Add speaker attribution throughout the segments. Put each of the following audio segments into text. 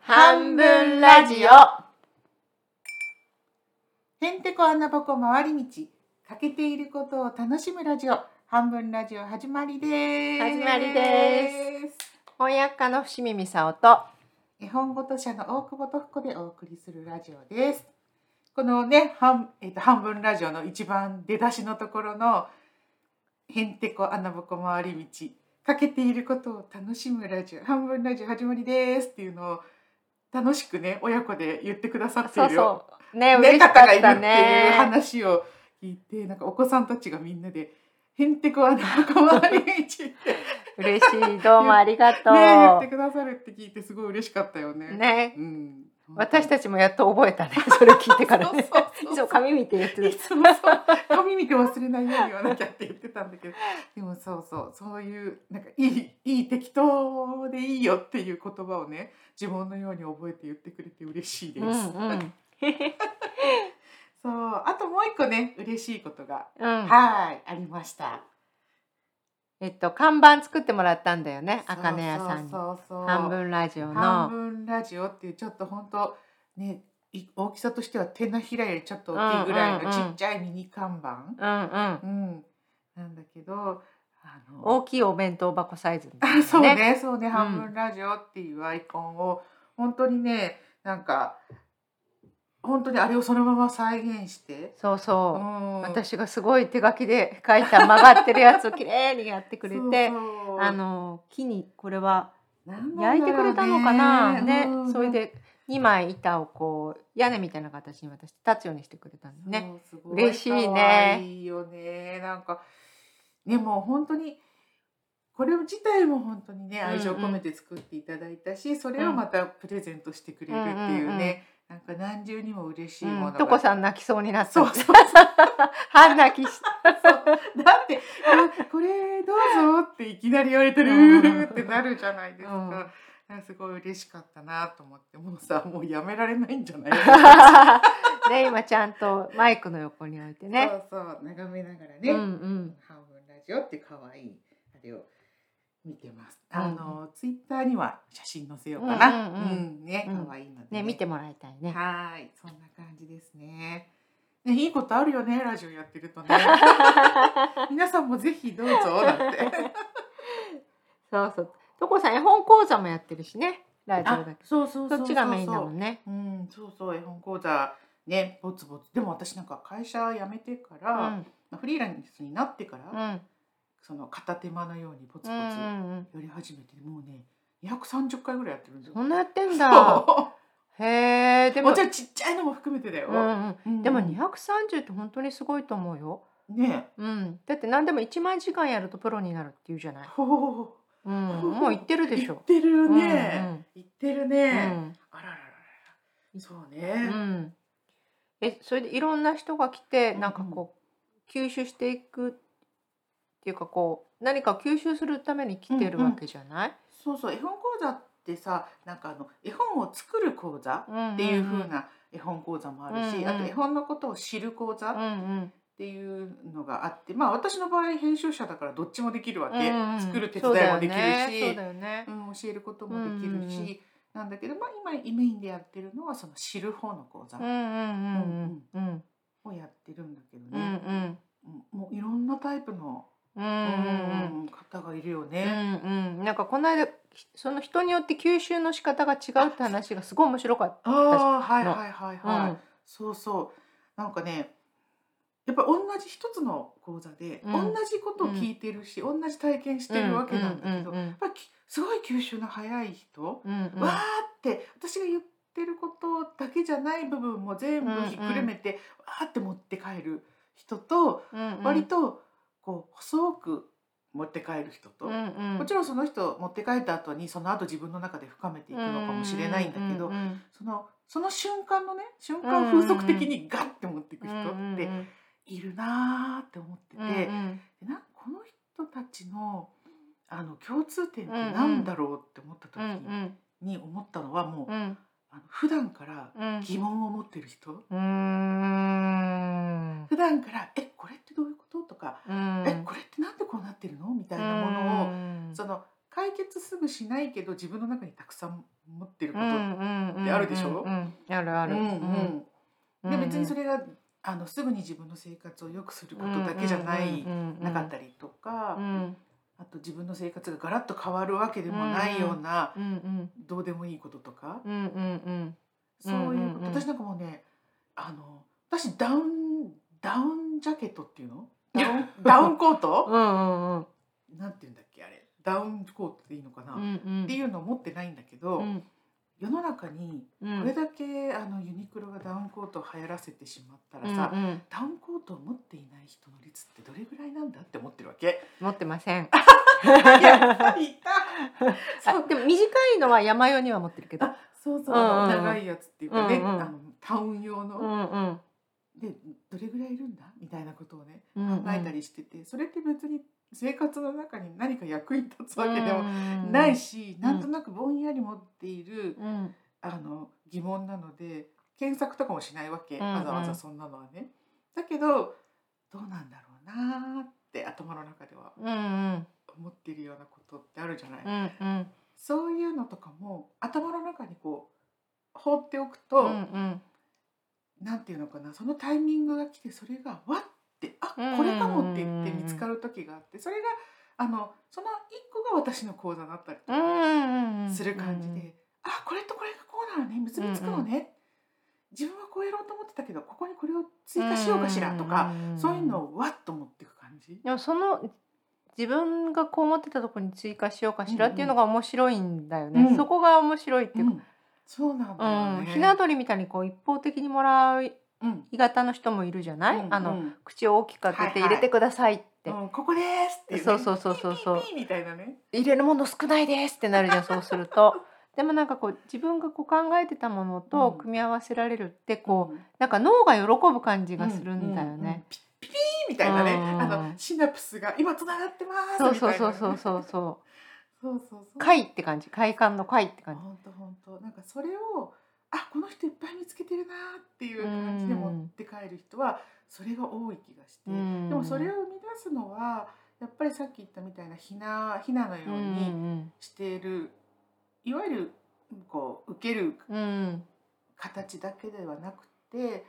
Speaker 1: 半分ラジオ
Speaker 2: へんてこ穴ぼこ回り道欠けていることを楽しむラジオ半分ラジオ始まりです
Speaker 1: 始まりです翻訳家の伏見美沙と
Speaker 2: 絵本ごと社の大久保とふこでお送りするラジオですこのね半,、えっと半分ラジオの一番出だしのところのへんてこ穴ぼこ回り道欠けていることを楽しむラジオ半分ラジオ始まりですっていうのを楽しくね親子で言ってくださってい
Speaker 1: そう
Speaker 2: る
Speaker 1: そうね嬉し
Speaker 2: ね、
Speaker 1: かっ
Speaker 2: 方がいる
Speaker 1: た
Speaker 2: っていう
Speaker 1: ね
Speaker 2: 話を聞いてなんかお子さんたちがみんなで「へんてこはなんか回り道」って
Speaker 1: 嬉しいどうもありがと
Speaker 2: ね言って
Speaker 1: う
Speaker 2: くださるって聞いてすごい嬉しかったよね。
Speaker 1: ね
Speaker 2: うん、
Speaker 1: 私
Speaker 2: ち
Speaker 1: たちもやっと覚えたね それ聞いてからね
Speaker 2: そうそうそう
Speaker 1: いつも髪見て言って
Speaker 2: い
Speaker 1: た
Speaker 2: つもそう髪見て忘れないように言わなきゃって言ってたん だけどでもそうそうそういうなんかいいいい適当でいいよっていう言葉をね自分のように覚えて言ってくれて嬉しいです。
Speaker 1: うんうん
Speaker 2: そうあともう一個ね嬉しいことが、
Speaker 1: うん
Speaker 2: はいありました。
Speaker 1: えっと看板作ってもらったんだよねあかね屋さんに
Speaker 2: そうそうそうそう
Speaker 1: 半分ラジオ
Speaker 2: 半
Speaker 1: の
Speaker 2: 分ラジオっていうちょっと本当ねい大きさとしては手のひらよりちょっと大きいぐら
Speaker 1: う
Speaker 2: い
Speaker 1: んう
Speaker 2: の
Speaker 1: ん
Speaker 2: ち
Speaker 1: うん
Speaker 2: っちゃいミニ看板、
Speaker 1: うんうん
Speaker 2: うんなんだけどあの
Speaker 1: 大きいお弁当箱サイズみたいな
Speaker 2: あ そうねそうね、
Speaker 1: ん
Speaker 2: 半分ラジオっていうアイコンを本当にねなんか本当にあれをそのまま再現して、
Speaker 1: そう
Speaker 2: う
Speaker 1: そう、
Speaker 2: ん、
Speaker 1: 私がすごい手書きで書いた曲がってるやつをきれいにやってくれて
Speaker 2: そうそう
Speaker 1: あの木にこれは
Speaker 2: なんなんだろう
Speaker 1: 焼いてくれたのかなね
Speaker 2: うん
Speaker 1: それで2枚板をこう屋根みたいな形に私立つようにしてくれたんだね。
Speaker 2: そう。すご
Speaker 1: 嬉しいね
Speaker 2: 可愛いよね。なんか。ね、もう本当に。これ自体も本当に
Speaker 1: う
Speaker 2: ね、
Speaker 1: んうん
Speaker 2: 愛情込めて作っていただいたし、それをまたプレゼントしてくれるっていうね。なんか何重にも嬉しいものが。
Speaker 1: とこさん泣きそうになった。
Speaker 2: そうそう
Speaker 1: 半泣 きした。
Speaker 2: だって、あこれどうぞっていきなり言われてる
Speaker 1: うん
Speaker 2: ってなるじゃないです
Speaker 1: うん
Speaker 2: か。なんかすごい嬉しかったなと思って、もうさ、もうやめられないんじゃない。
Speaker 1: ね今ちゃんとマイクの横に置いてね。
Speaker 2: そうそう、眺めながら
Speaker 1: う
Speaker 2: ね。
Speaker 1: んうん。
Speaker 2: 半分ラジオって可愛いあれを見てます。
Speaker 1: うん
Speaker 2: あの、ツイッターには写真載せようかな。
Speaker 1: う
Speaker 2: うんん
Speaker 1: うんうん
Speaker 2: ね
Speaker 1: うん
Speaker 2: 可愛いので
Speaker 1: ね見てもらいたいね。
Speaker 2: はーいそんな感じですね。ねいいことあるよねラジオやって るとね。皆さんもぜひどうぞ だって。
Speaker 1: そうそう。とこさん絵本講座もやってるしね。ラジオだけど。
Speaker 2: そうそう
Speaker 1: そっちがメインだもんね。
Speaker 2: うんそうそう絵本講座ねぼつぼつでも私なんか会社辞めてか
Speaker 1: う
Speaker 2: ら、
Speaker 1: ん。
Speaker 2: フリーランスになってから、
Speaker 1: うん。
Speaker 2: その片手間のようにぼつぼつ。
Speaker 1: うんうんうん。
Speaker 2: やり始めてもうね230回ぐらいやってるんですよ。
Speaker 1: そんなやってんだ。
Speaker 2: そ
Speaker 1: へえ。で
Speaker 2: う
Speaker 1: も
Speaker 2: もちろんちっちゃいのも含めてだよ。
Speaker 1: うんうん。
Speaker 2: うん
Speaker 1: でも230って本当にすごいと思うよ。
Speaker 2: ね
Speaker 1: うん。だって何でも1万時間やるとプロになるっていうじゃない。
Speaker 2: ほうほうほう
Speaker 1: うん。もう言ってるでし
Speaker 2: 言
Speaker 1: ょ
Speaker 2: っ。てるね。言ってるね。
Speaker 1: うんうん。
Speaker 2: あらららら。そう
Speaker 1: うん。う
Speaker 2: ね。
Speaker 1: ん。え、それでいろんな人が来てなんかこう吸収していくっていうかこう何か吸収するために来てるわけじゃない。
Speaker 2: そうそう絵本講座ってさなんかあの絵本を作る講座っていう風。な絵本講座もあるし、
Speaker 1: うんうん
Speaker 2: あと絵本のことを知る講座
Speaker 1: うんうん。
Speaker 2: っていうのがあって、まあ私の場合編集者だからどっちもできるわけ、
Speaker 1: うんうん
Speaker 2: 作る手伝いも
Speaker 1: そ
Speaker 2: できるし、
Speaker 1: うだよね。そうだよね
Speaker 2: うん、教えることもできるし、
Speaker 1: うんうんう
Speaker 2: なんだけど、まあ、今メインでやってるのはその知る方の講座
Speaker 1: うんうんうんうん
Speaker 2: をやってるんだけど
Speaker 1: うんう
Speaker 2: ね、
Speaker 1: ん。
Speaker 2: うんもういろんなタイプの、
Speaker 1: うんうんうん。
Speaker 2: うん方がいるよ
Speaker 1: う
Speaker 2: ね。
Speaker 1: んうん、なんかこの間その人によって吸収の仕方が違うって話がすごい面白かっ
Speaker 2: ああはいはいはい
Speaker 1: た。
Speaker 2: はい、そうそうなんかねやっぱ同じ一つの講座で、
Speaker 1: うん
Speaker 2: 同じことを聞いてるし、同じ体験してるわけなんだけど、
Speaker 1: う
Speaker 2: やっ
Speaker 1: ん
Speaker 2: ぱきすごい吸収の早い人、
Speaker 1: うんうんうん
Speaker 2: わーって私が言ってることだけじゃない部分も全部ひっくるめて、わーって持って帰る人と、
Speaker 1: うんうん
Speaker 2: 割とこう細く持って帰る人と、
Speaker 1: うんうん
Speaker 2: もちろんその人持って帰った後にその後自分の中で深めていくのかもしれないんだけど、
Speaker 1: うんうん
Speaker 2: そのその瞬間のね瞬間風速的にガッて持っていく人っているなーって思ってて、
Speaker 1: うんうん
Speaker 2: でなこの人たちのあの共通点ってなんだろうって思った時
Speaker 1: うんうん
Speaker 2: に思ったのはも
Speaker 1: う
Speaker 2: う
Speaker 1: んうん
Speaker 2: あの普段から
Speaker 1: うん
Speaker 2: 疑問を持ってる人、
Speaker 1: うーん
Speaker 2: 普段から「えこれってどういうこと?」とか
Speaker 1: う
Speaker 2: 「
Speaker 1: ん
Speaker 2: えこれってなんでこうなってるの?」みたいなものを、
Speaker 1: うん
Speaker 2: その解決すぐしないけど自分の中にたくさん思ってるこ
Speaker 1: う
Speaker 2: と、
Speaker 1: んうん
Speaker 2: ってあるでしょ
Speaker 1: うんうんあるある。
Speaker 2: うんうん、で別にそ
Speaker 1: れ
Speaker 2: れがあのすぐに自分の生活を良くすることだけじゃない、なかったりとか、
Speaker 1: うん
Speaker 2: あと自分の生活がガラッと変わるわけでもないような、
Speaker 1: うんうん
Speaker 2: どうでもいいこととか、
Speaker 1: うんうん
Speaker 2: そういう
Speaker 1: うんうんう
Speaker 2: こと、
Speaker 1: ん
Speaker 2: 私なんかもうねあの私ダウンダウンジャケットっていうのダウンダウンコー
Speaker 1: うん
Speaker 2: ト
Speaker 1: うんうん
Speaker 2: なんて言うんだっけあれダウンコートでいいのかな、
Speaker 1: う
Speaker 2: っ
Speaker 1: んうん
Speaker 2: ていうのを持ってないんだけど、
Speaker 1: うん
Speaker 2: 世の中に
Speaker 1: うん
Speaker 2: これだけあのユニクロがダウンコートを流行らせてしまったらさ、
Speaker 1: うん うん
Speaker 2: ダウンコートを持っていない人の率ってどれぐらいなんだって思ってるわけ。
Speaker 1: 持ってません。
Speaker 2: やっぱりい た。そ
Speaker 1: あ
Speaker 2: う
Speaker 1: でも短いのは山用には持ってるけど。
Speaker 2: あそうそう、
Speaker 1: うんうんうん
Speaker 2: 長いやつっていうかね、
Speaker 1: うんうん
Speaker 2: あのタウン用の、
Speaker 1: うんうん
Speaker 2: でどれぐらいいるんだみたいなことをね
Speaker 1: う
Speaker 2: 考
Speaker 1: んうん
Speaker 2: えたりしてて、それって別に生活の中に何か役に立つわけでも
Speaker 1: も
Speaker 2: ない。し、
Speaker 1: ん
Speaker 2: なんとなくぼんやり持っている、
Speaker 1: うん
Speaker 2: あの疑問なので検索とかもしないわけ、
Speaker 1: うんうん
Speaker 2: わざわざそんなのはね。だけどどうなんだろうなーって頭の中では
Speaker 1: うんうん
Speaker 2: 思ってるようなことってあるじゃない、
Speaker 1: うんうん
Speaker 2: そういうのとかも頭の中にこう放っておく
Speaker 1: う
Speaker 2: と、
Speaker 1: ん
Speaker 2: なんていうのかなそのタイミングが来てそれがわってあ
Speaker 1: うん
Speaker 2: これかもって言って見つかる時があってそれがあのその一個が私の講座だったり
Speaker 1: う
Speaker 2: とか
Speaker 1: んうん
Speaker 2: する感じで、。あこれとこれがこうなのね結びつくのね、自分はこうやろうと思ってたけどここにこれを追加しようかしらとか、そういうのをわっと持っていく感じ。
Speaker 1: でもその自分がこう思ってたところに追加しようかしらっていうのが面白いんだよね。
Speaker 2: うんうん
Speaker 1: そこが面白いっていううか。
Speaker 2: んそうなんだ
Speaker 1: うん
Speaker 2: よね。
Speaker 1: ひな鳥みたいにこう一方的にもらう
Speaker 2: うん
Speaker 1: 鋳型の人もいるじゃない、
Speaker 2: うん
Speaker 1: あの
Speaker 2: うん
Speaker 1: 口を大きく開けて入れてくださいって、
Speaker 2: うん、ここですっていね
Speaker 1: そうそうそうそうそう
Speaker 2: ピーピーピーみたいなね
Speaker 1: 入れるもの少ないですってなるじゃんそうすると でもなんかこう自分がこう考えてたものと
Speaker 2: うん
Speaker 1: 組み合わせられるってこう、
Speaker 2: うん
Speaker 1: なんか脳が喜ぶ感じがするんだよ
Speaker 2: うううん
Speaker 1: ね、
Speaker 2: ピピピーみたいなね
Speaker 1: うん
Speaker 2: あのシナプスが今つながってますみ
Speaker 1: そう
Speaker 2: たい
Speaker 1: そ
Speaker 2: な
Speaker 1: うそうそうそうそ
Speaker 2: そうそうそう
Speaker 1: う快って感じ快感の快って感
Speaker 2: 本当本当なんかそれをあこの人いっぱい見つけてるなっていう感じで持って帰る人はそれが多い気がして、
Speaker 1: じ、うん
Speaker 2: でもそれを生み出すのはやっぱりさっき言ったみたいなひなひなのよ
Speaker 1: う
Speaker 2: うんにしている、いわゆるこう受ける
Speaker 1: うんうん
Speaker 2: 形だけではなくて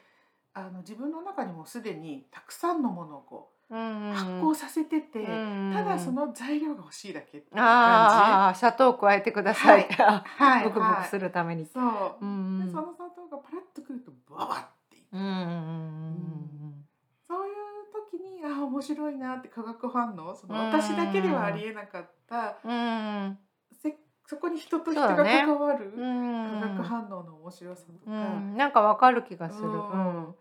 Speaker 2: あの自分の中にもすでにたくさんのものをこ
Speaker 1: うん
Speaker 2: う
Speaker 1: うん
Speaker 2: 発酵させてて、
Speaker 1: うん
Speaker 2: ただその材料が欲しいだけっていう感
Speaker 1: あーあー砂糖を加えてください、
Speaker 2: じ。 はい、
Speaker 1: ブクブ
Speaker 2: は
Speaker 1: ク
Speaker 2: い
Speaker 1: するために、
Speaker 2: そう、
Speaker 1: うんうん
Speaker 2: でその砂糖がパラッとくるとババッていく
Speaker 1: うんうんうん
Speaker 2: そういう時にあー面白いなって化学反応その
Speaker 1: うん
Speaker 2: 私だけではありえなかった、
Speaker 1: うんうん
Speaker 2: せそこに人と人
Speaker 1: そ
Speaker 2: が
Speaker 1: うだね
Speaker 2: 関わる
Speaker 1: う
Speaker 2: 化
Speaker 1: ん
Speaker 2: 学反応の面白さと
Speaker 1: う
Speaker 2: か、
Speaker 1: んなんかわかる気がする。
Speaker 2: うん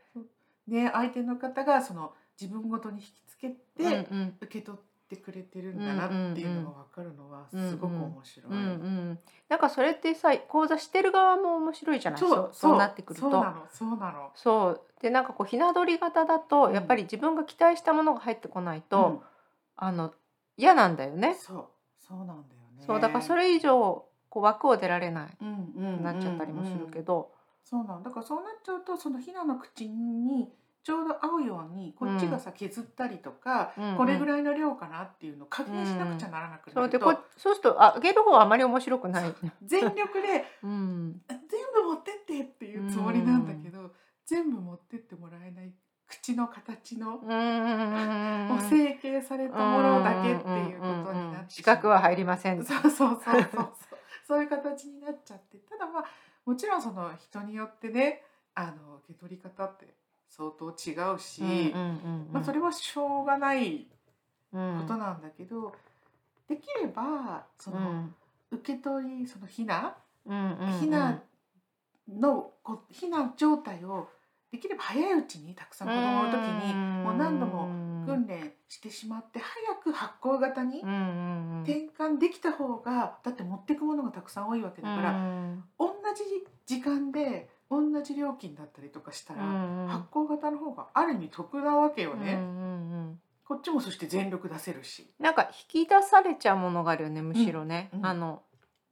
Speaker 2: ね、相手の方がその自分ごとに引きつけて、
Speaker 1: うんうん
Speaker 2: 受け取ってくれてるんだなっていうのが分かるのはすごく面白い。
Speaker 1: うんうんなんかそれってさ講座してる側も面白いじゃないそうそうなってくる
Speaker 2: そうな
Speaker 1: と。
Speaker 2: のそうなの。
Speaker 1: そうでなんかこうひな鳥型だと
Speaker 2: うん
Speaker 1: やっぱり自分が期待したものが入ってこないと、あの嫌なんだよ
Speaker 2: うん
Speaker 1: ね。
Speaker 2: そうそうなんだよね。
Speaker 1: そうだからそれ以上こう枠を出られない
Speaker 2: うんうんうんうん
Speaker 1: なっちゃったりもするけ。ど。
Speaker 2: そうなのだからそうなっちゃうとそのヒナの口にちょうど合うようにこっちがさ削ったりとか、これぐ
Speaker 1: い
Speaker 2: らいの量かなっていうのを加減しなくちゃならなく
Speaker 1: そ
Speaker 2: な
Speaker 1: うで
Speaker 2: る
Speaker 1: こう
Speaker 2: と
Speaker 1: そうするとああげる方はあまり面白くない。
Speaker 2: 全力で
Speaker 1: うん
Speaker 2: 全部持ってってっていうつもりなんだけど、全部持ってってもらえない口の形の
Speaker 1: うんうんうんうんう
Speaker 2: もうん整形されたものだけっていうことになって
Speaker 1: 資格は入り
Speaker 2: ま
Speaker 1: ません。
Speaker 2: そうそうそうそう そうそういう形になっちゃってただまあもちろんその人によってねあの受け取り方って相当違うし、まあ、それはしょうがないこ
Speaker 1: こと
Speaker 2: なんだけど、できればその、受け取りそのひなひなのこひな状態をできれば早いうちにたくさん子供の時にもう何度も
Speaker 1: も
Speaker 2: 訓練してしまって早く発酵型に転換できた方がだって持ってくものがたくさん多いわけだから、同じ時間で同じ料金だったりとかしたら、発酵型の方がある意味得なわけよね、こっちもそして全力出せるし、
Speaker 1: なんか引き出されちゃうものがあるよねむしろね
Speaker 2: うんう。ん
Speaker 1: あの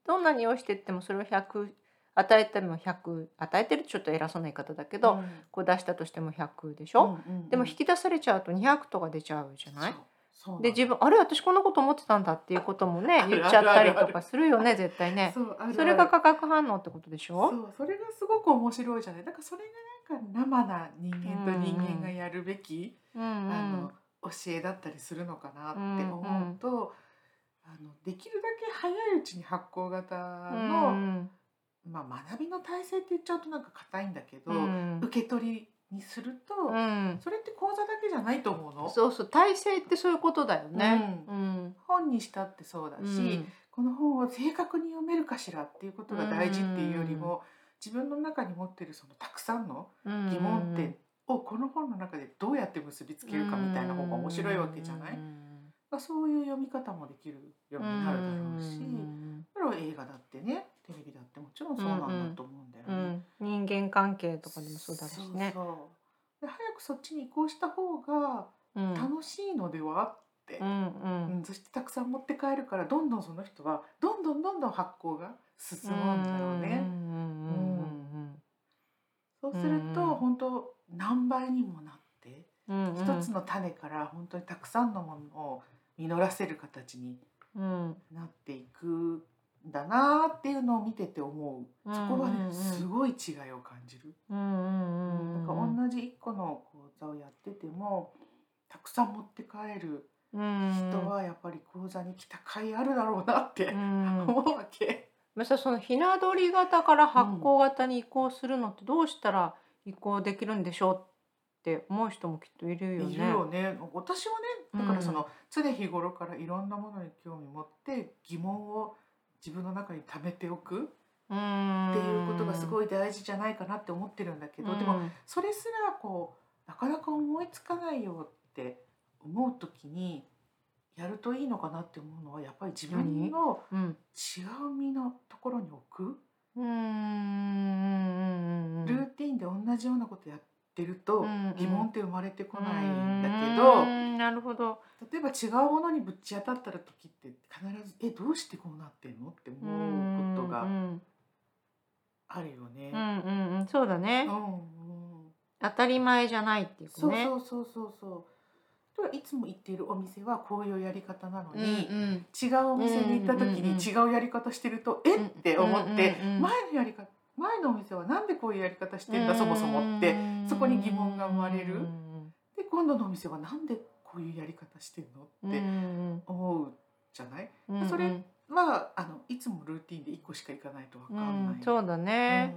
Speaker 1: どんなに用意してってもそれを100与えても100与えてるってちょっと偉そうな言い方だけど、こう出したとしても100でしょ、
Speaker 2: うんうんうん
Speaker 1: でも引き出されちゃうと200とか出ちゃうじゃない
Speaker 2: そうそう
Speaker 1: で自分あれ私こんなこと思ってたんだっていうこともね
Speaker 2: ある
Speaker 1: 言っちゃったり
Speaker 2: あるあ
Speaker 1: と
Speaker 2: るあ
Speaker 1: かするよね絶対
Speaker 2: ね
Speaker 1: ね
Speaker 2: そうあるある
Speaker 1: それが化学反応ってことでし
Speaker 2: そ
Speaker 1: ょ
Speaker 2: うそれがすごく面白いじゃないだからそれがなんか生な人間と人間がやるべき、
Speaker 1: うんうん
Speaker 2: あの教えだったりするのかなって思うと、あのできるだけ早いうちに発酵型の、
Speaker 1: うん
Speaker 2: まあ、学びの体制って言っちゃうとなんか硬いんだけど、
Speaker 1: うん
Speaker 2: 受け取りにすると、
Speaker 1: うん
Speaker 2: それって講座だけじゃないと思うの。
Speaker 1: そうそう体制ってそういうことだよね
Speaker 2: う
Speaker 1: うん
Speaker 2: 本にしたってそうだし、
Speaker 1: うん
Speaker 2: この本を正確に読めるかしらっていうことが大事っていうよりも、自分の中に持ってるそのたくさんの疑問点をこの本の中でどうやって結びつけるかみたいな方が面白いわけじゃない、
Speaker 1: うん
Speaker 2: まあ、そういう読み方もできるようになるだろうし、
Speaker 1: うん
Speaker 2: それは映画だってねテレビだってもちろんそうなんだと思うんだよね。
Speaker 1: うん人間関係とかでもそうだろうしね
Speaker 2: そうそうで早くそっちに移行した方が
Speaker 1: うん
Speaker 2: 楽しいのでは、
Speaker 1: うん
Speaker 2: う
Speaker 1: うん
Speaker 2: んそしてたくさん持って帰るからどんどんその人はどんどんどんどん発酵が進むんだろう
Speaker 1: う
Speaker 2: ね。
Speaker 1: んうんうん
Speaker 2: そうすると、
Speaker 1: うん
Speaker 2: 本当何倍にもなって
Speaker 1: うんうん
Speaker 2: 一、つの種から本当にたくさんのものを実らせる形に
Speaker 1: うん
Speaker 2: なっていくんだなーっていうのを見てて思う、
Speaker 1: うん
Speaker 2: そこは
Speaker 1: うんう
Speaker 2: ね
Speaker 1: ん
Speaker 2: すごい違いを感じる、
Speaker 1: うんうん
Speaker 2: な
Speaker 1: うん
Speaker 2: んか同じ一個の講座をやっててもたくさん持って帰る
Speaker 1: うん
Speaker 2: 人はやっぱり講座に来た甲斐あるだろうなって、
Speaker 1: うん
Speaker 2: 思うわけ
Speaker 1: むしろそのひな鳥型から発酵型に移行するのってどうしたら移行できるんでしょうって思う人もきっといる
Speaker 2: い
Speaker 1: よね。
Speaker 2: るよね私は
Speaker 1: うん
Speaker 2: ねだからその、常日頃からいろんなものに興味持って疑問を自分の中に溜めておく
Speaker 1: うん
Speaker 2: っていうことがす
Speaker 1: い
Speaker 2: ごい大事じゃないかなって思ってるんだ
Speaker 1: け
Speaker 2: けど、でもそれすらこうなかなか思いつかないよって思う時にやるといいのかなって思うのはやっぱり自分の
Speaker 1: うん
Speaker 2: 違う身のところに置く、
Speaker 1: うんうんうんうん
Speaker 2: ルーティンで同じようなことやってると
Speaker 1: うん
Speaker 2: 疑問って生まれてこないんだけ
Speaker 1: う
Speaker 2: ど、
Speaker 1: んなるほど。
Speaker 2: 例えば違うものにぶち当たった時って必ず「えどうしてこうなってんの?」って思うこと
Speaker 1: う
Speaker 2: が
Speaker 1: ん
Speaker 2: あるよね。
Speaker 1: うんうんうんそうだね
Speaker 2: う。んうん
Speaker 1: 当たり前じゃないっていうか
Speaker 2: そう
Speaker 1: ね。
Speaker 2: そうそうそうそう。といつも行っているお店はこういうやり方なの
Speaker 1: うん
Speaker 2: に、
Speaker 1: うん
Speaker 2: 違うお店に行った時
Speaker 1: うんうんうん
Speaker 2: に違うやり方してると、えって思って、
Speaker 1: うんうんうん
Speaker 2: 前のやり方前のお店はなんでこういうやり方してんだ、そもそもっ
Speaker 1: う
Speaker 2: て
Speaker 1: ん
Speaker 2: そこに疑問が生まれる
Speaker 1: うん
Speaker 2: で今度のお店はなんでこういうやり方してん
Speaker 1: う
Speaker 2: のって
Speaker 1: ん
Speaker 2: 思うじゃない、
Speaker 1: うんうん
Speaker 2: それ
Speaker 1: うん
Speaker 2: まああのいつもルーティンで1個しか行かないとわか
Speaker 1: うん
Speaker 2: ない、
Speaker 1: ん、そうだね、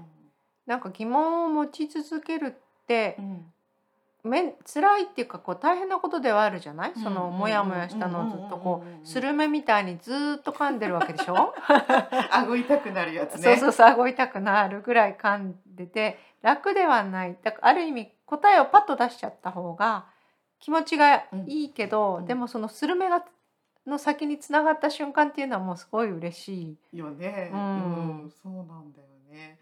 Speaker 2: う
Speaker 1: なんか疑問を持ち続けるって
Speaker 2: んうん
Speaker 1: めん辛いっていうかこう大変なことではあるじゃない、そのモヤモヤしたのをずっとこ
Speaker 2: うんうんうんうんうん
Speaker 1: うス ルメみたいにずーっと噛んでるわけでしょ、
Speaker 2: 顎痛くなるやつね
Speaker 1: そうそうそう顎痛くなるぐらい噛んでて楽ではないだからある意味答えをパッと出しちゃった方が気持ちがいいけど、
Speaker 2: うん
Speaker 1: でもそのスルメがの先につながった瞬間っていうのはもうすごい嬉しい。
Speaker 2: よね、
Speaker 1: うん
Speaker 2: うんそうなんだよね。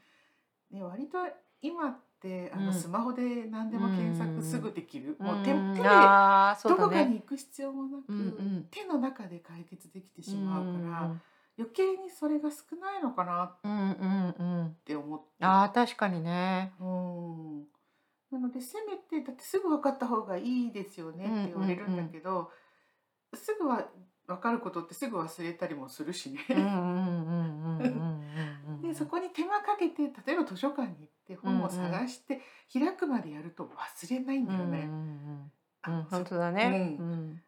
Speaker 2: ね割と今ってあの、
Speaker 1: うん
Speaker 2: スマホで何でも検索すぐできる、もう手,、
Speaker 1: ん
Speaker 2: 手で
Speaker 1: あーそう
Speaker 2: ど
Speaker 1: だ
Speaker 2: こか
Speaker 1: ね
Speaker 2: に行く必要もなく、
Speaker 1: うんうん
Speaker 2: 手の中で解決できてしまうから、
Speaker 1: うん
Speaker 2: 余計にそれが少ないのかなっ
Speaker 1: うんうんうん
Speaker 2: て思って。
Speaker 1: あー確かに ね。
Speaker 2: うんなのでせめてだってすぐ分かった方がいいですよねって言われるんだけど、すぐは分かることってすぐ忘れたりもするしね。
Speaker 1: うんうんうんうんうんうんうん
Speaker 2: でそこに手間かけて例えば図書館に行って本を探して、開くまでやると忘れないんだよ
Speaker 1: う
Speaker 2: ね。
Speaker 1: ん
Speaker 2: あ
Speaker 1: うんうんうん、本
Speaker 2: そ
Speaker 1: 当だね。
Speaker 2: う
Speaker 1: うん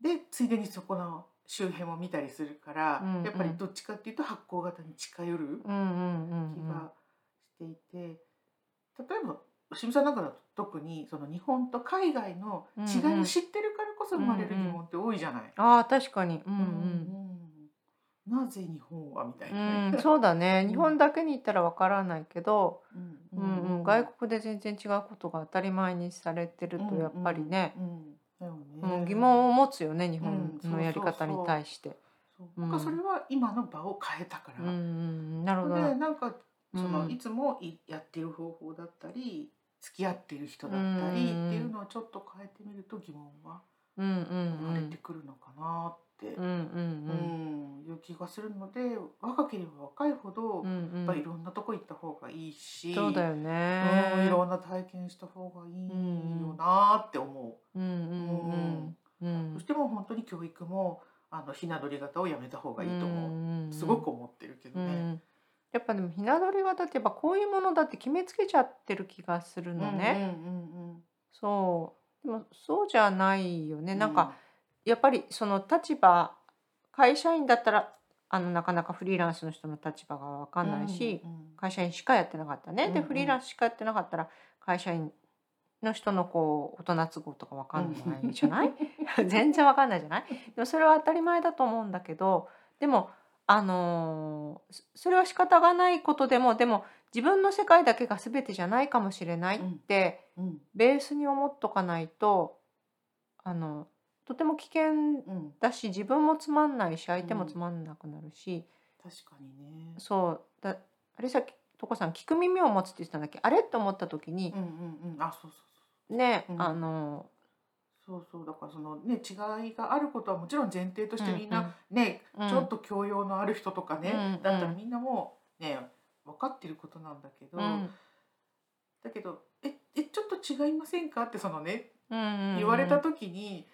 Speaker 2: でついでにそこの周辺も見たりするから、
Speaker 1: うんうん
Speaker 2: やっぱりどっちかっていうと発酵型に近寄る
Speaker 1: うんうんう
Speaker 2: 気
Speaker 1: んうん
Speaker 2: がしていて、例えば牛見さんなんかだと特にその日本と海外の違いを知ってるからこそ生まれる疑問って多いじゃない。
Speaker 1: ああ確かに。うん
Speaker 2: うんなぜ日本はみたい
Speaker 1: うん。うん、
Speaker 2: な、
Speaker 1: そうだね。日本だけに行ったらわからないけど、
Speaker 2: う
Speaker 1: うんうん、外国で全然違うことが当たり前にされてるとやっぱりね、
Speaker 2: うんだよ
Speaker 1: う
Speaker 2: ね
Speaker 1: ん、疑問を持つよね日本
Speaker 2: うんそうそうそ
Speaker 1: の
Speaker 2: う
Speaker 1: やり方に対して。
Speaker 2: そうなんかそれは今の場を変えたか
Speaker 1: うんう
Speaker 2: ら、
Speaker 1: ん、なるほど。
Speaker 2: でなんかその、
Speaker 1: うん
Speaker 2: いつもいやってる方法だったり付き合ってる人だったりって
Speaker 1: うん
Speaker 2: いうのをちょっと変えてみると疑問は
Speaker 1: うんうん
Speaker 2: 生
Speaker 1: う
Speaker 2: まれて
Speaker 1: ん。
Speaker 2: くるのかなって、
Speaker 1: うんうん
Speaker 2: うんいう気がするので若ければ若いほど、
Speaker 1: うん。う
Speaker 2: や
Speaker 1: ん
Speaker 2: っ
Speaker 1: う
Speaker 2: ぱりい
Speaker 1: ん。
Speaker 2: ろんなとこ行った方がいいし
Speaker 1: そうだ
Speaker 2: よ、
Speaker 1: よ
Speaker 2: うん、い
Speaker 1: ね。
Speaker 2: ろんな体験した方がいいよなって思う。
Speaker 1: うんうんうん。うん
Speaker 2: そしてもう本当に教育もあのひな鳥型をやめた方がいいと思う、
Speaker 1: 思
Speaker 2: すごく思ってるけど
Speaker 1: う
Speaker 2: ね。
Speaker 1: んやっぱでもひな鳥型ってやっぱこういうものだって決めつけちゃってる気がするのね、
Speaker 2: うんうんうん
Speaker 1: そうでもそうじゃないよね、
Speaker 2: うん
Speaker 1: なんかやっぱりその立場会社員だったらあのなかなかフリーランスの人の立場が分かんないし、
Speaker 2: うんうん
Speaker 1: 会社員しかやってなかったね、
Speaker 2: うんう
Speaker 1: で
Speaker 2: ん
Speaker 1: フリーランスしかやってなかったら会社員の人のこう大人都合とか分かんないじゃない、 全然分かんないじゃないでもそれは当たり前だと思うんだけどでもあのーそそれは仕方がないことでもでも自分の世界だけが全てじゃないかもしれないって、
Speaker 2: うん
Speaker 1: ベースに思っとかないとあのとても危険
Speaker 2: うん
Speaker 1: だし自分もつまんないし相手もつまんなくなるし、
Speaker 2: 確かにね。
Speaker 1: そうだあれさっきとこさん聞く耳を持つって言ってたんだっけあれと思った時に
Speaker 2: う、んうんうんあそうそうそう。
Speaker 1: ね、
Speaker 2: うん
Speaker 1: あの
Speaker 2: そうそうだからそのね違いがあることはもちろん前提としてみんな、ね、
Speaker 1: うんうん
Speaker 2: ちょっと教養のある人とかね、
Speaker 1: うんうん
Speaker 2: だったらみんなもうね分かってることなんだけど、
Speaker 1: うん
Speaker 2: だけど「ええちょっと違いませんか?」ってそのね
Speaker 1: うん
Speaker 2: 言われた時に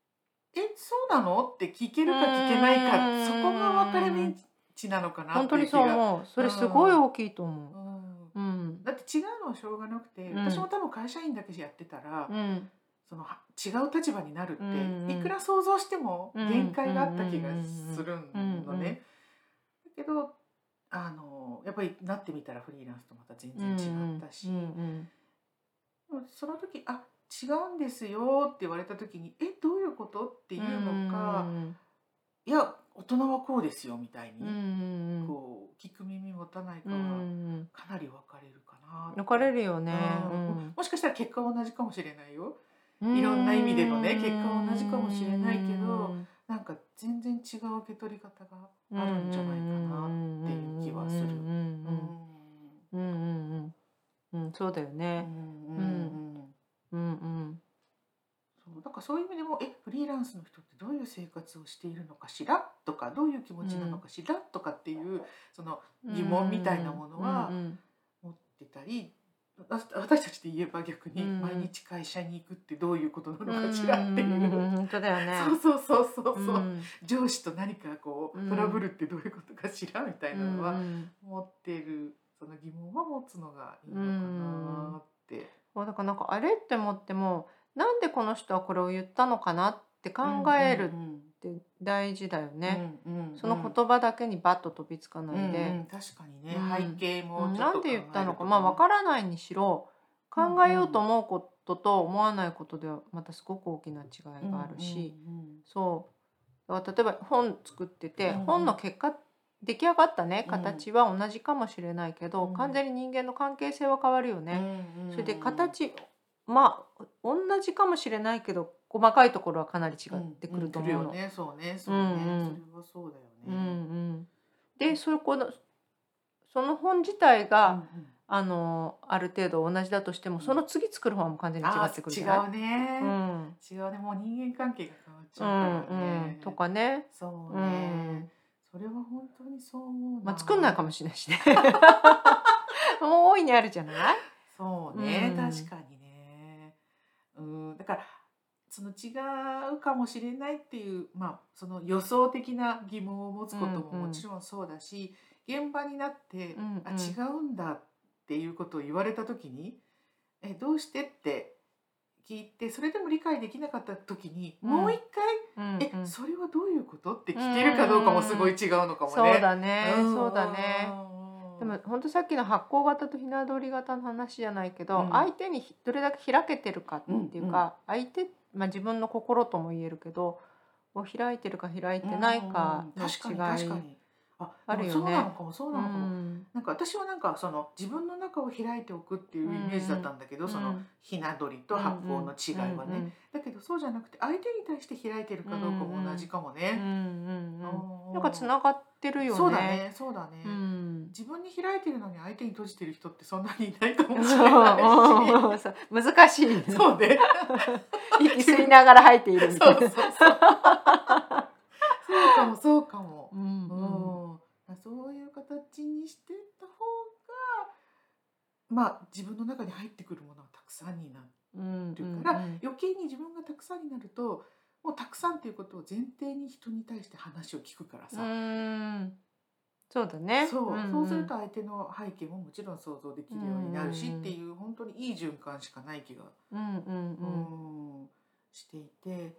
Speaker 2: 「えそうなの?」って聞けるか聞けない
Speaker 1: うん
Speaker 2: かそこが分かれ道なのかな
Speaker 1: 本
Speaker 2: って
Speaker 1: 当
Speaker 2: い
Speaker 1: に
Speaker 2: う気
Speaker 1: そう
Speaker 2: が。
Speaker 1: 思うそれすごい大きいと
Speaker 2: う
Speaker 1: 思
Speaker 2: ん
Speaker 1: う。うん、
Speaker 2: だって違うのはしょうがなくて、
Speaker 1: うん
Speaker 2: 私も多分会社員だけやってたら、
Speaker 1: うん
Speaker 2: そのは違う立場になるって、
Speaker 1: うんうん
Speaker 2: いくら想像しても
Speaker 1: うん
Speaker 2: 限界があった気がする
Speaker 1: うんう
Speaker 2: の
Speaker 1: んうん
Speaker 2: ね。だけどあのやっぱりなってみたらフリーランスとまた全
Speaker 1: う
Speaker 2: 然
Speaker 1: ん
Speaker 2: 違ったし、
Speaker 1: うんうん
Speaker 2: でもその時「あ違うんですよ」って言われた時に「えどういうこと?」っていうのか
Speaker 1: う
Speaker 2: 「
Speaker 1: ん
Speaker 2: いや大人はこうですよ」みたい
Speaker 1: うんう
Speaker 2: に、
Speaker 1: んうん
Speaker 2: こう聞く耳持たないか
Speaker 1: う
Speaker 2: は
Speaker 1: ん
Speaker 2: かなり分かれるかな。
Speaker 1: 抜かれるよね、
Speaker 2: うんもしかしたら結果は同じかもしれないよ。
Speaker 1: うん
Speaker 2: いろんな意味でのね結果は同じかもしれないけどなんか全然違う受け取り方があるんじゃないかなっていう気はする
Speaker 1: うんうんうんうんうんうんうんそうだよね。うんうん
Speaker 2: そうだからそういう意味でも「えフリーランスの人ってどういう生活をしているのかしら?」とか「どういう気持ちなのかしら?」とかっていうその疑問みたいなものは
Speaker 1: うん
Speaker 2: 持ってたり私私たちで言えば逆に
Speaker 1: うん
Speaker 2: 毎日会社に行くってどういうことな
Speaker 1: うん
Speaker 2: のかしらって
Speaker 1: んんん
Speaker 2: いう。
Speaker 1: 本当だよね。
Speaker 2: そうそうそうそうそう、
Speaker 1: ん
Speaker 2: 上司と何かこ
Speaker 1: うん
Speaker 2: うトラブルってどういうことかしらみたいなのは
Speaker 1: うんうん
Speaker 2: 持ってるその疑問は持つのがいいのかなって。
Speaker 1: そうだからなんかあれって思ってもなんでこの人はこれを言ったのかなって考えるって大事だよね。
Speaker 2: うんうんうん
Speaker 1: その言葉だけにバッと飛びつかないで。
Speaker 2: うんうん確かにね、
Speaker 1: うん
Speaker 2: 背景
Speaker 1: う
Speaker 2: も
Speaker 1: ん
Speaker 2: ちょ
Speaker 1: な
Speaker 2: っと
Speaker 1: ん
Speaker 2: 考
Speaker 1: で
Speaker 2: える
Speaker 1: 言ったの
Speaker 2: と
Speaker 1: かまあ分
Speaker 2: ね
Speaker 1: からないにしろ考えようと思うことと思わないことではまたすごく大きな違いがあるし、
Speaker 2: うんうん
Speaker 1: そうだから例えば本作ってて、
Speaker 2: うんうん
Speaker 1: 本の結果出来上がったね
Speaker 2: うん
Speaker 1: 形は同じかもしれないけど、
Speaker 2: うん
Speaker 1: 完全に人間の関係性は変わるよ
Speaker 2: うん
Speaker 1: ね。
Speaker 2: うんうん
Speaker 1: それで形まあ同じかもしれないけど細かいところはかなり違ってくると思うの。
Speaker 2: んくるよねそうねそうね、
Speaker 1: うんうん
Speaker 2: それはそうだよね。
Speaker 1: うんうん、でそれこのその本自体が、
Speaker 2: うんうん
Speaker 1: あのある程度同じだとしても、
Speaker 2: うん
Speaker 1: その次作る方はもう完全に違
Speaker 2: あ
Speaker 1: ってくるじゃ
Speaker 2: ー
Speaker 1: ない
Speaker 2: 違うね、
Speaker 1: うん
Speaker 2: 違うねもう人間関係が変わっち
Speaker 1: う
Speaker 2: ゃ
Speaker 1: ん
Speaker 2: うからね。
Speaker 1: うんとかね、
Speaker 2: そう
Speaker 1: う
Speaker 2: ね、
Speaker 1: ん
Speaker 2: それは本当にそう思う
Speaker 1: まあ、作んないか
Speaker 2: も
Speaker 1: もしれない しねもう大いにあるじゃない、
Speaker 2: そうね、
Speaker 1: うん
Speaker 2: 確かにねうんだからその違うかもしれないっていう、まあ、その予想的な疑問を持つこと
Speaker 1: うんうん
Speaker 2: ももちろんそうだし、現場になって、
Speaker 1: うんうん
Speaker 2: あ違うんだっていうことを言われた時に「えどうして?」って聞いてそれでも理解できなかった時に、
Speaker 1: うん
Speaker 2: もう一
Speaker 1: うん
Speaker 2: 回「
Speaker 1: うん
Speaker 2: え
Speaker 1: そ
Speaker 2: それはどういうこと?」って聞けるかどうかもすごい違うのかもね。
Speaker 1: うだね、
Speaker 2: ん
Speaker 1: そうだね、で
Speaker 2: うん
Speaker 1: も本当さっきの発酵型とひな鳥型の話じゃないけど、
Speaker 2: うん
Speaker 1: 相手にひどれだけ開けてるかっていうか、相手、まあ、自分の心とも言えるけどを開いてるか開いてないか
Speaker 2: うん
Speaker 1: の
Speaker 2: 確かに
Speaker 1: 違い
Speaker 2: 確かにあ
Speaker 1: あ
Speaker 2: あ
Speaker 1: る
Speaker 2: る
Speaker 1: よね
Speaker 2: よそうなのかもそう
Speaker 1: う
Speaker 2: なのかも、
Speaker 1: ん
Speaker 2: なんか私はなんかその自分の中を開いておくっていうイメージだったんだけど、そうの
Speaker 1: ん
Speaker 2: ひな鳥と発酵の違いはね、だけどそうじゃなくて相手に対して開いてるかどうかも同じかも
Speaker 1: うんうん
Speaker 2: ね、
Speaker 1: うんうん
Speaker 2: う
Speaker 1: なんかつながってるよね。
Speaker 2: そうだねそうだね、
Speaker 1: うん。
Speaker 2: 自分に開いてるのに相手に閉じてる人ってそんなにいないか
Speaker 1: そ
Speaker 2: もし れな
Speaker 1: うそう難しいね
Speaker 2: いしそ うね
Speaker 1: 息吸いながら吐いているみた
Speaker 2: そう
Speaker 1: い
Speaker 2: そう
Speaker 1: な。
Speaker 2: そうそうかもそうかも
Speaker 1: うん
Speaker 2: う
Speaker 1: うん
Speaker 2: んまあそういう形にしてった方がまあ自分の中に入ってくるものはたくさんになる
Speaker 1: うんうん
Speaker 2: から余計に自分がたくさんになるともうたくさんということを前提に人に対して話を聞くから
Speaker 1: う
Speaker 2: さ、
Speaker 1: ーんそうだね
Speaker 2: そう,、
Speaker 1: んん
Speaker 2: そうすると相手の背景ももちろん想像できるようになるし
Speaker 1: う
Speaker 2: っ
Speaker 1: ん
Speaker 2: ていう本当にいい循環しかない気が、
Speaker 1: うんうん
Speaker 2: う
Speaker 1: うん
Speaker 2: んしていてやっ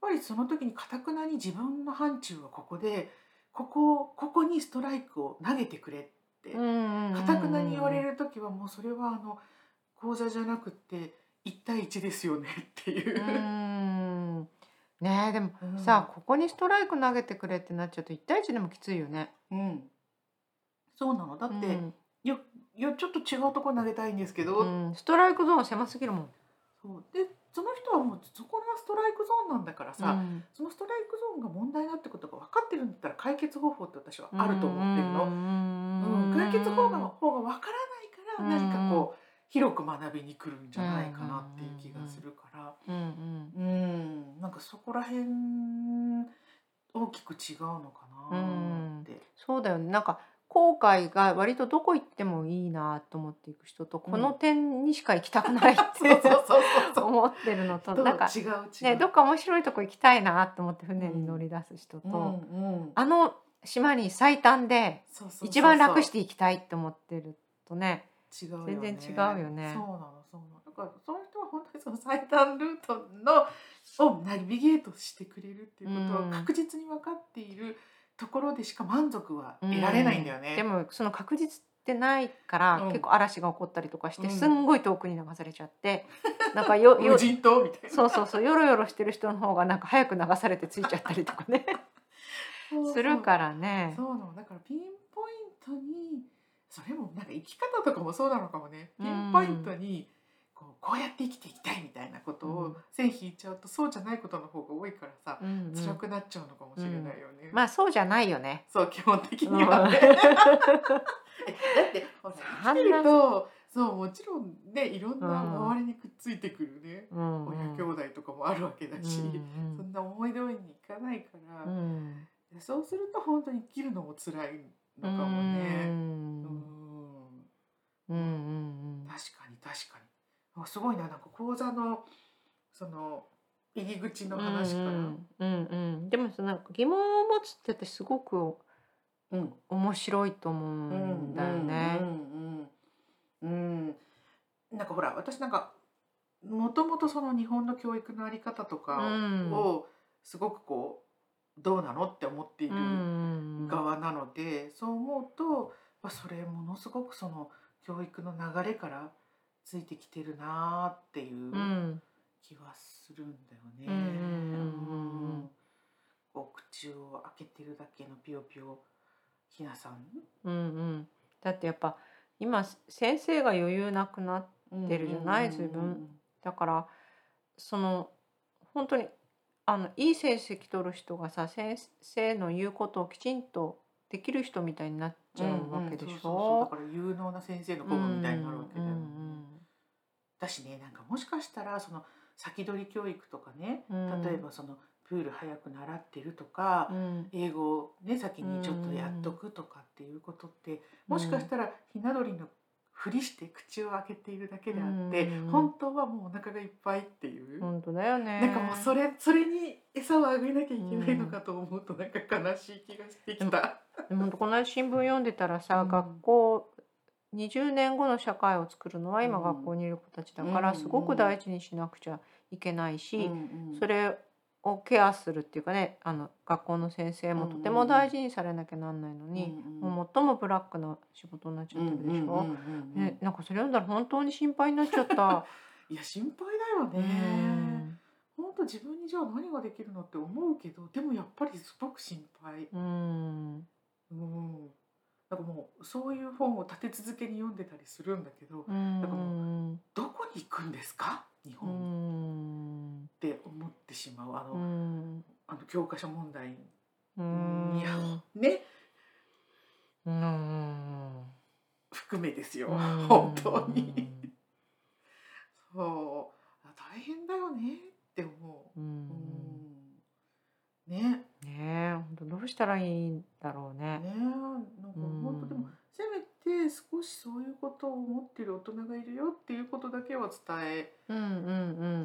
Speaker 2: ぱりその時にかたくなに自分の範疇はここでここをここにストライクを投げてくれって
Speaker 1: うんうんうん
Speaker 2: かたくなに言われる時はもうそれはあの講座じゃなくって1対1ですよねっていうう。
Speaker 1: ーんねえでも
Speaker 2: うん
Speaker 1: さあここにストライク投げてくれってなっちゃうと一対一でもきついよね。
Speaker 2: うん、そうなのだって、
Speaker 1: うん
Speaker 2: よよちょっと違うとこ投げたいんですけど、
Speaker 1: うん、ストライクゾーン狭すぎるもん。
Speaker 2: そうでその人はもうそこがストライクゾーンなんだからさ、
Speaker 1: うん
Speaker 2: そのストライクゾーンが問題だってことが分かってるんだったら解決方法って私はあると思ってるの。うん解決方が方がわからないから何かこう広く学びに来るんじゃないかなっていう気がするから
Speaker 1: うんうん
Speaker 2: うんなんかそこら辺大きく違うのかなって。
Speaker 1: そうだよねなんか後悔が割とどこ行ってもいいなと思っていく人と、この点にしか行きたくないっ
Speaker 2: そうそう
Speaker 1: て
Speaker 2: そうそう
Speaker 1: 思ってるのと
Speaker 2: そう。
Speaker 1: なんか、
Speaker 2: 違う違う。
Speaker 1: ね、どっか面白いとこ行きたいなと思って船に乗り出す人と、
Speaker 2: うんうん、
Speaker 1: あの島に最短で
Speaker 2: そうそうそうそう
Speaker 1: 一番楽していきたいって思ってるとね
Speaker 2: 違うよね
Speaker 1: 全然違うよね
Speaker 2: そうなのそうなのだからその人は本当にその最短ルートのをナビゲートしてくれるっていうこと
Speaker 1: う
Speaker 2: を
Speaker 1: ん
Speaker 2: 確実に分かっているところでしか満足は得られないんだよね、
Speaker 1: でもその確実ってないから、
Speaker 2: うん
Speaker 1: 結構嵐が起こったりとかして、
Speaker 2: うん
Speaker 1: すんごい遠くに流されちゃって、なんか よよ
Speaker 2: 無人島みたいな
Speaker 1: そうそうそうよろよろしてる人の方がなんか早く流されてついちゃったりとか ねする
Speaker 2: ら
Speaker 1: からね
Speaker 2: そ。うなのだからピンポイントにそれもなんか生き方とかもそうなのかもね
Speaker 1: うん
Speaker 2: ピンポイントにこうこうやって生きていきたいみたいなこと
Speaker 1: う
Speaker 2: を
Speaker 1: ん
Speaker 2: 線引いちゃうとそうじゃないことの方が多いからさ
Speaker 1: うんうん
Speaker 2: 辛くなっちゃうのかもしれないよね、
Speaker 1: まあそうじゃないよね。
Speaker 2: そう基本的
Speaker 1: う
Speaker 2: に
Speaker 1: ん
Speaker 2: はね、だってほら生きてるとそうもちろんねいろんな周りにくっついてくるね、
Speaker 1: うん
Speaker 2: 親兄弟とかもあるわけだし、そんな思い通りにいかないから、
Speaker 1: うんうん
Speaker 2: そうすると本当に生きるのも辛いの
Speaker 1: う
Speaker 2: かも
Speaker 1: ん
Speaker 2: ね。う
Speaker 1: うんう
Speaker 2: ん
Speaker 1: んうん
Speaker 2: 確かに確かにあすごいななんか講座のその入り口の話から、
Speaker 1: うんうんうんでもそのなんか疑問を持つって私すごく
Speaker 2: うん
Speaker 1: 面白いと思うんだよね。
Speaker 2: うんうんうんうんなんかほら私なんかもともとその日本の教育のあり方と
Speaker 1: う
Speaker 2: か
Speaker 1: ん
Speaker 2: をすごくこうどうなのって思っている
Speaker 1: うん
Speaker 2: 側なので、そう思うとまあそれものすごくその教育の流れからついてきてるなーっていう
Speaker 1: うん
Speaker 2: 気はするんだよね。
Speaker 1: うんうんうんうんうん
Speaker 2: うんこう口を開けてるだけのピヨピヨひなさん、
Speaker 1: うんうん、だってやっぱ今先生が余裕なくなっ出るじゃない随分たからその本当にあのいい成績取る人がさ先生の言うことをきちんとできる人みたいになっちゃうわけでし
Speaker 2: そうそうそうだ
Speaker 1: ょ。
Speaker 2: から有能な先生の
Speaker 1: う
Speaker 2: 子
Speaker 1: ん
Speaker 2: 分みたいになるわけだよね、
Speaker 1: うん
Speaker 2: だしねなんかもしかしたらその先取り教育とかね、
Speaker 1: うん
Speaker 2: 例えばそのプール早く習ってるとか、
Speaker 1: うん
Speaker 2: 英語をね先にちょっとやっとくとかっていうことって、もしかしたらひな鳥のふりして口を開けているだけであって、
Speaker 1: うん
Speaker 2: 本当はもうお腹がいっぱいっていう、
Speaker 1: 本当だよね。
Speaker 2: なんかもうそれそれに餌をあげなきゃいけないのかと思うとなんか悲しい気がしてきた。
Speaker 1: でもこの間新聞読んでたらさ、
Speaker 2: うん
Speaker 1: 学校20年後の社会を作るのは今
Speaker 2: うん
Speaker 1: 学校にいる子たちだから、
Speaker 2: うん
Speaker 1: すごく大事にしなくちゃいけないし、
Speaker 2: うんうん
Speaker 1: それをケアするっていうかねあの学校の先生もとても大事にされなきゃなんないのに、もう最もブラックな仕事になっちゃってるでしょ、
Speaker 2: うんうんうんうん
Speaker 1: ね、なんかそれ読んだら本当に心配になっちゃった。
Speaker 2: いや心配だよね。本当自分にじゃあ何ができるのって思うけどでもやっぱりすごく心配。
Speaker 1: うん
Speaker 2: うん。なんかもうそういう本を立て続けに読んでたりするんだけ
Speaker 1: う
Speaker 2: ど、
Speaker 1: ん
Speaker 2: かもどこに行くんですか日
Speaker 1: う
Speaker 2: 本っ
Speaker 1: ん
Speaker 2: て思ってしまうあの,、
Speaker 1: うん
Speaker 2: あの教科書問題に
Speaker 1: うん
Speaker 2: いやね
Speaker 1: うん
Speaker 2: 含めですよ、
Speaker 1: うん
Speaker 2: 本当に。そうあ大変だよねって思
Speaker 1: う
Speaker 2: う。うんん。ね
Speaker 1: ねえ本当どうしたらいいんだろう
Speaker 2: ね
Speaker 1: ね。
Speaker 2: なんか
Speaker 1: うん
Speaker 2: 本当でもせめして少しそういうことを思ってる大人がいるよっていうことだけは伝え
Speaker 1: うんう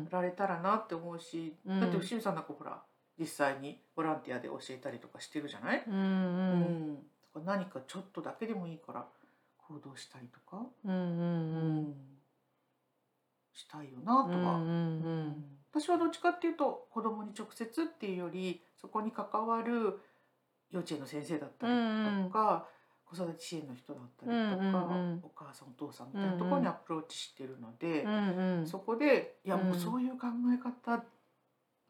Speaker 1: ん
Speaker 2: られたらなって思うし、
Speaker 1: うん
Speaker 2: だって伏見さんなんかほら実際にボランティアで教えたりとかしてるじゃない、
Speaker 1: うんう
Speaker 2: うんんだから何かちょっとだけでもいいから行動したりとか、
Speaker 1: うんうんうん
Speaker 2: したいよなと
Speaker 1: うんう
Speaker 2: か、
Speaker 1: んう
Speaker 2: うんん私はどっちかっていうと子供に直接っていうよりそこに関わる幼稚園の先生だったりとか、子育て支援の人だったりとか、
Speaker 1: うんうんうん
Speaker 2: お母さんお父さんみたいなところにアプローチしてるので、
Speaker 1: うんうん
Speaker 2: そこでいや
Speaker 1: うん
Speaker 2: もうそういう考え方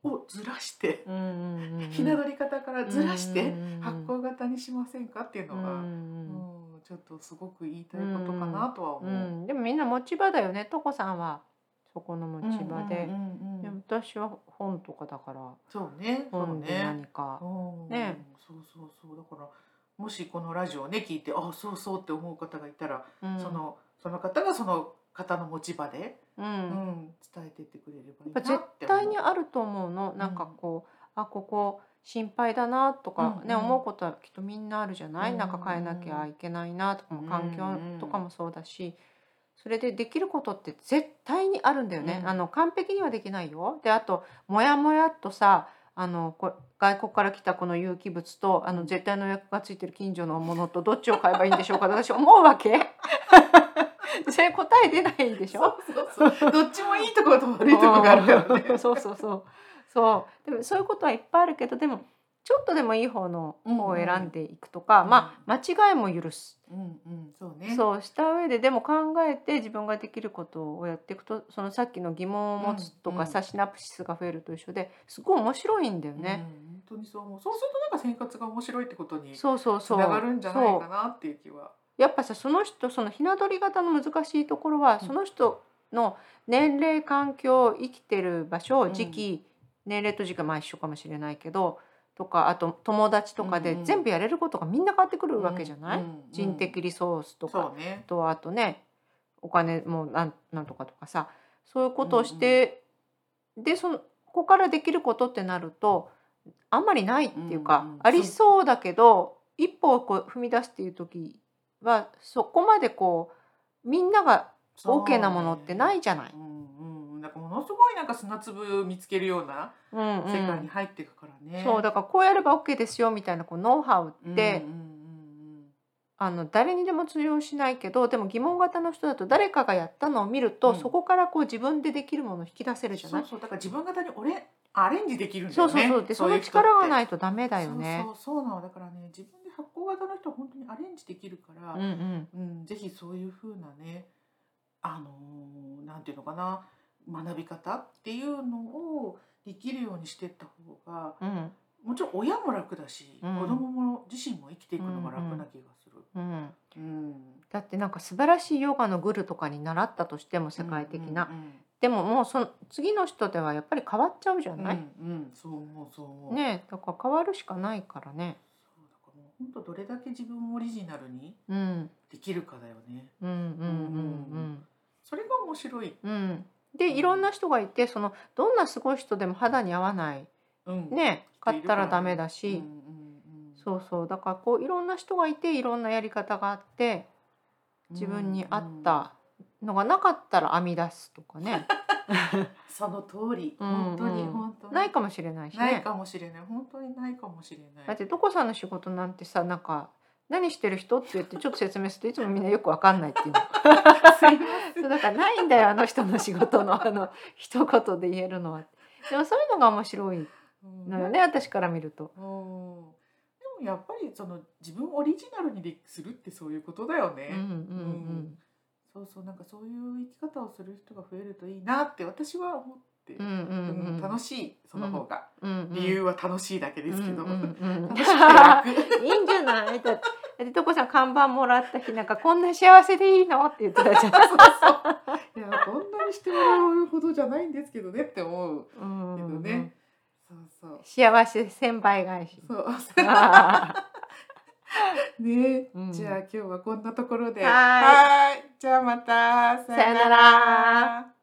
Speaker 2: をずらして、
Speaker 1: うんうんうん
Speaker 2: ひな鳥方からずらし
Speaker 1: うん
Speaker 2: て
Speaker 1: うんうん
Speaker 2: 発行型にしませんかっていうの
Speaker 1: うん
Speaker 2: が、
Speaker 1: うん
Speaker 2: うんちょっとすごく言いたいことかなとは
Speaker 1: う
Speaker 2: 思う。
Speaker 1: んでもみんな持ち場だよねとこさんはそこの持ち場で
Speaker 2: うんうんうん
Speaker 1: でも私は本とかだから
Speaker 2: そうねそう
Speaker 1: 本で
Speaker 2: ね
Speaker 1: 何か
Speaker 2: うん
Speaker 1: ね
Speaker 2: そうそうそうだからもしこのラジオをね聞いてあそうそうって思う方がいたら、
Speaker 1: うん
Speaker 2: そのその方がその方の持ち場で、
Speaker 1: う
Speaker 2: うん
Speaker 1: ん
Speaker 2: 伝えてってくれればいい
Speaker 1: やっぱ
Speaker 2: なって思う
Speaker 1: 絶対にあると思うのなんかこう、あここ心配だなとかね、
Speaker 2: うんうん
Speaker 1: 思うことはきっとみんなあるじゃない、
Speaker 2: うん
Speaker 1: なんか変えなきゃいけないなとかも環
Speaker 2: うんうん
Speaker 1: 境とかもそうだし、それでできることって絶対にあるんだよね、
Speaker 2: うん
Speaker 1: あの完璧にはできないよであともやもやっとさあのこ外国から来たこの有機物とあの絶対の予約がついてる近所のものとどっちを買えばいいんでしょうかって私思うわけ それ答え出ないでしょ。
Speaker 2: そうそうそうどっちもいいところと悪いところがあるからね
Speaker 1: そうそうそうそうでもそういうことはいっぱいあるけどでもちょっとでもいい方の
Speaker 2: うんうん
Speaker 1: 方を選んでいくとか、まあ間違いも許す、
Speaker 2: うんうんそうね。う
Speaker 1: そうした上ででも考えて自分ができることをやっていくとそのさっきの疑問を持つと
Speaker 2: うんう
Speaker 1: か
Speaker 2: ん
Speaker 1: さ、シナプシスが増えると一緒ですごい面白いんだよ
Speaker 2: ん
Speaker 1: ね。
Speaker 2: 本当にそう思う。そうするとなんか生活が面白いってことにつ
Speaker 1: そうそうそう
Speaker 2: ながるんじゃない
Speaker 1: そ
Speaker 2: か
Speaker 1: う
Speaker 2: なっていう気は。
Speaker 1: やっぱさその人そのひな鳥型の難しいところは、
Speaker 2: うん
Speaker 1: その人の年齢環境生きてる場所
Speaker 2: ん
Speaker 1: 時期、年齢と時期はまあ一緒かもしれないけどとかあと友達とかで
Speaker 2: うんうん
Speaker 1: 全部やれることがみんな変わってくるわけじゃない、
Speaker 2: うんうん
Speaker 1: 人的リソースとか、
Speaker 2: そうね。
Speaker 1: とあとねお金もなんなんとかとかさそういうことをして、でそのここからできることってなるとあんまりないっていうか、
Speaker 2: うんうん。
Speaker 1: ありそうだけど一歩をこう踏み出すっていう時はそこまでこうみんなが OK なものってないいじゃない。
Speaker 2: うんうん。なんかものすごいなんか砂粒見つけるような。
Speaker 1: うんうん
Speaker 2: 世界に入っていくからね。
Speaker 1: そうだからこうやれば OK ですよみたいなこうノウハウって、
Speaker 2: うんうん
Speaker 1: あの誰にでも通用しないけどでも疑問型の人だと誰かがやったのを見ると、
Speaker 2: うん
Speaker 1: そこからこう自分でできるものを引き出せ
Speaker 2: うんう
Speaker 1: る
Speaker 2: ん、
Speaker 1: じゃ
Speaker 2: そ
Speaker 1: ないう
Speaker 2: そうだから自分型に俺アレンジできるんだ
Speaker 1: そ
Speaker 2: よ
Speaker 1: う
Speaker 2: ね。
Speaker 1: そうそうでそ
Speaker 2: い
Speaker 1: の
Speaker 2: う人って
Speaker 1: 力がないとダメだよね
Speaker 2: そ。うそうそうなのだからね自分で発行型の人は本当にアレンジできるから、
Speaker 1: う
Speaker 2: うん
Speaker 1: んうん
Speaker 2: ぜひそういう風なねあのーなんていうのかな学び方っていうのをできるようにしていった方が
Speaker 1: うん
Speaker 2: もちろん親も楽だし、
Speaker 1: うん
Speaker 2: 子供も自身も生きていくのが楽な気がする。
Speaker 1: うん、
Speaker 2: うん
Speaker 1: だってなんか素晴らしいヨガのグルとかに習ったとしても世界的な、
Speaker 2: うんうんうん
Speaker 1: でももうその次の人ではやっぱり変わっちゃうじゃない、
Speaker 2: うんうん、そう思うそう思う。
Speaker 1: ねえだから変わるしかないからね
Speaker 2: そうだからもう本当どれだけ自分をオリジナルに
Speaker 1: うん
Speaker 2: できるかだよね。
Speaker 1: うんうん
Speaker 2: それが面白い。
Speaker 1: うんうんうんでいろんな人がいてそのどんなすごい人でも肌に合わない
Speaker 2: うん、
Speaker 1: ね買ったらダメだ
Speaker 2: うんう
Speaker 1: し、
Speaker 2: んうん、
Speaker 1: そうそうだからこういろんな人がいていろんなやり方があって自分に合っ
Speaker 2: うんうん
Speaker 1: たのがなかったら編み出すとかね
Speaker 2: その通り、
Speaker 1: うん
Speaker 2: 本当に
Speaker 1: うん
Speaker 2: 本当に
Speaker 1: ないかもしれないし
Speaker 2: ない
Speaker 1: ね
Speaker 2: かもしれない本当にないかもしれな
Speaker 1: だっ
Speaker 2: い。
Speaker 1: てどこさんの仕事なんてさなんか何してる人って言ってちょっと説明するといつもみんなよくわかんないっていうの
Speaker 2: すいま
Speaker 1: そうだからないんだよあの人の仕事のあの一言で言えるのは。でもそういうのが面白い
Speaker 2: せん
Speaker 1: のよね私から見ると。
Speaker 2: うんうんでもやっぱりその自分をオリジナルにでするってそういうことだよね。
Speaker 1: うんうん
Speaker 2: そうそうなんかそういう生き方をする人が増えるといいなって私は思って、
Speaker 1: うんうんうんうん
Speaker 2: 楽しいその方が、
Speaker 1: うんうん
Speaker 2: 理由は楽しいだけですけど、
Speaker 1: うんうんうん
Speaker 2: 楽しくて楽
Speaker 1: いいんじゃないだってだってとこさん看板もらった日なんかこんな幸せでいいのって言ってたじゃん。
Speaker 2: いやこんなにしてもらうほどじゃないんですけどねって思う
Speaker 1: うん
Speaker 2: け
Speaker 1: う
Speaker 2: ど
Speaker 1: んうん
Speaker 2: ね、そう
Speaker 1: 幸せ千倍返し。
Speaker 2: そうそう
Speaker 1: あ
Speaker 2: ね、
Speaker 1: うん
Speaker 2: じゃあ今日はこんなところで
Speaker 1: はーい
Speaker 2: ーいじゃあまた
Speaker 1: さよなら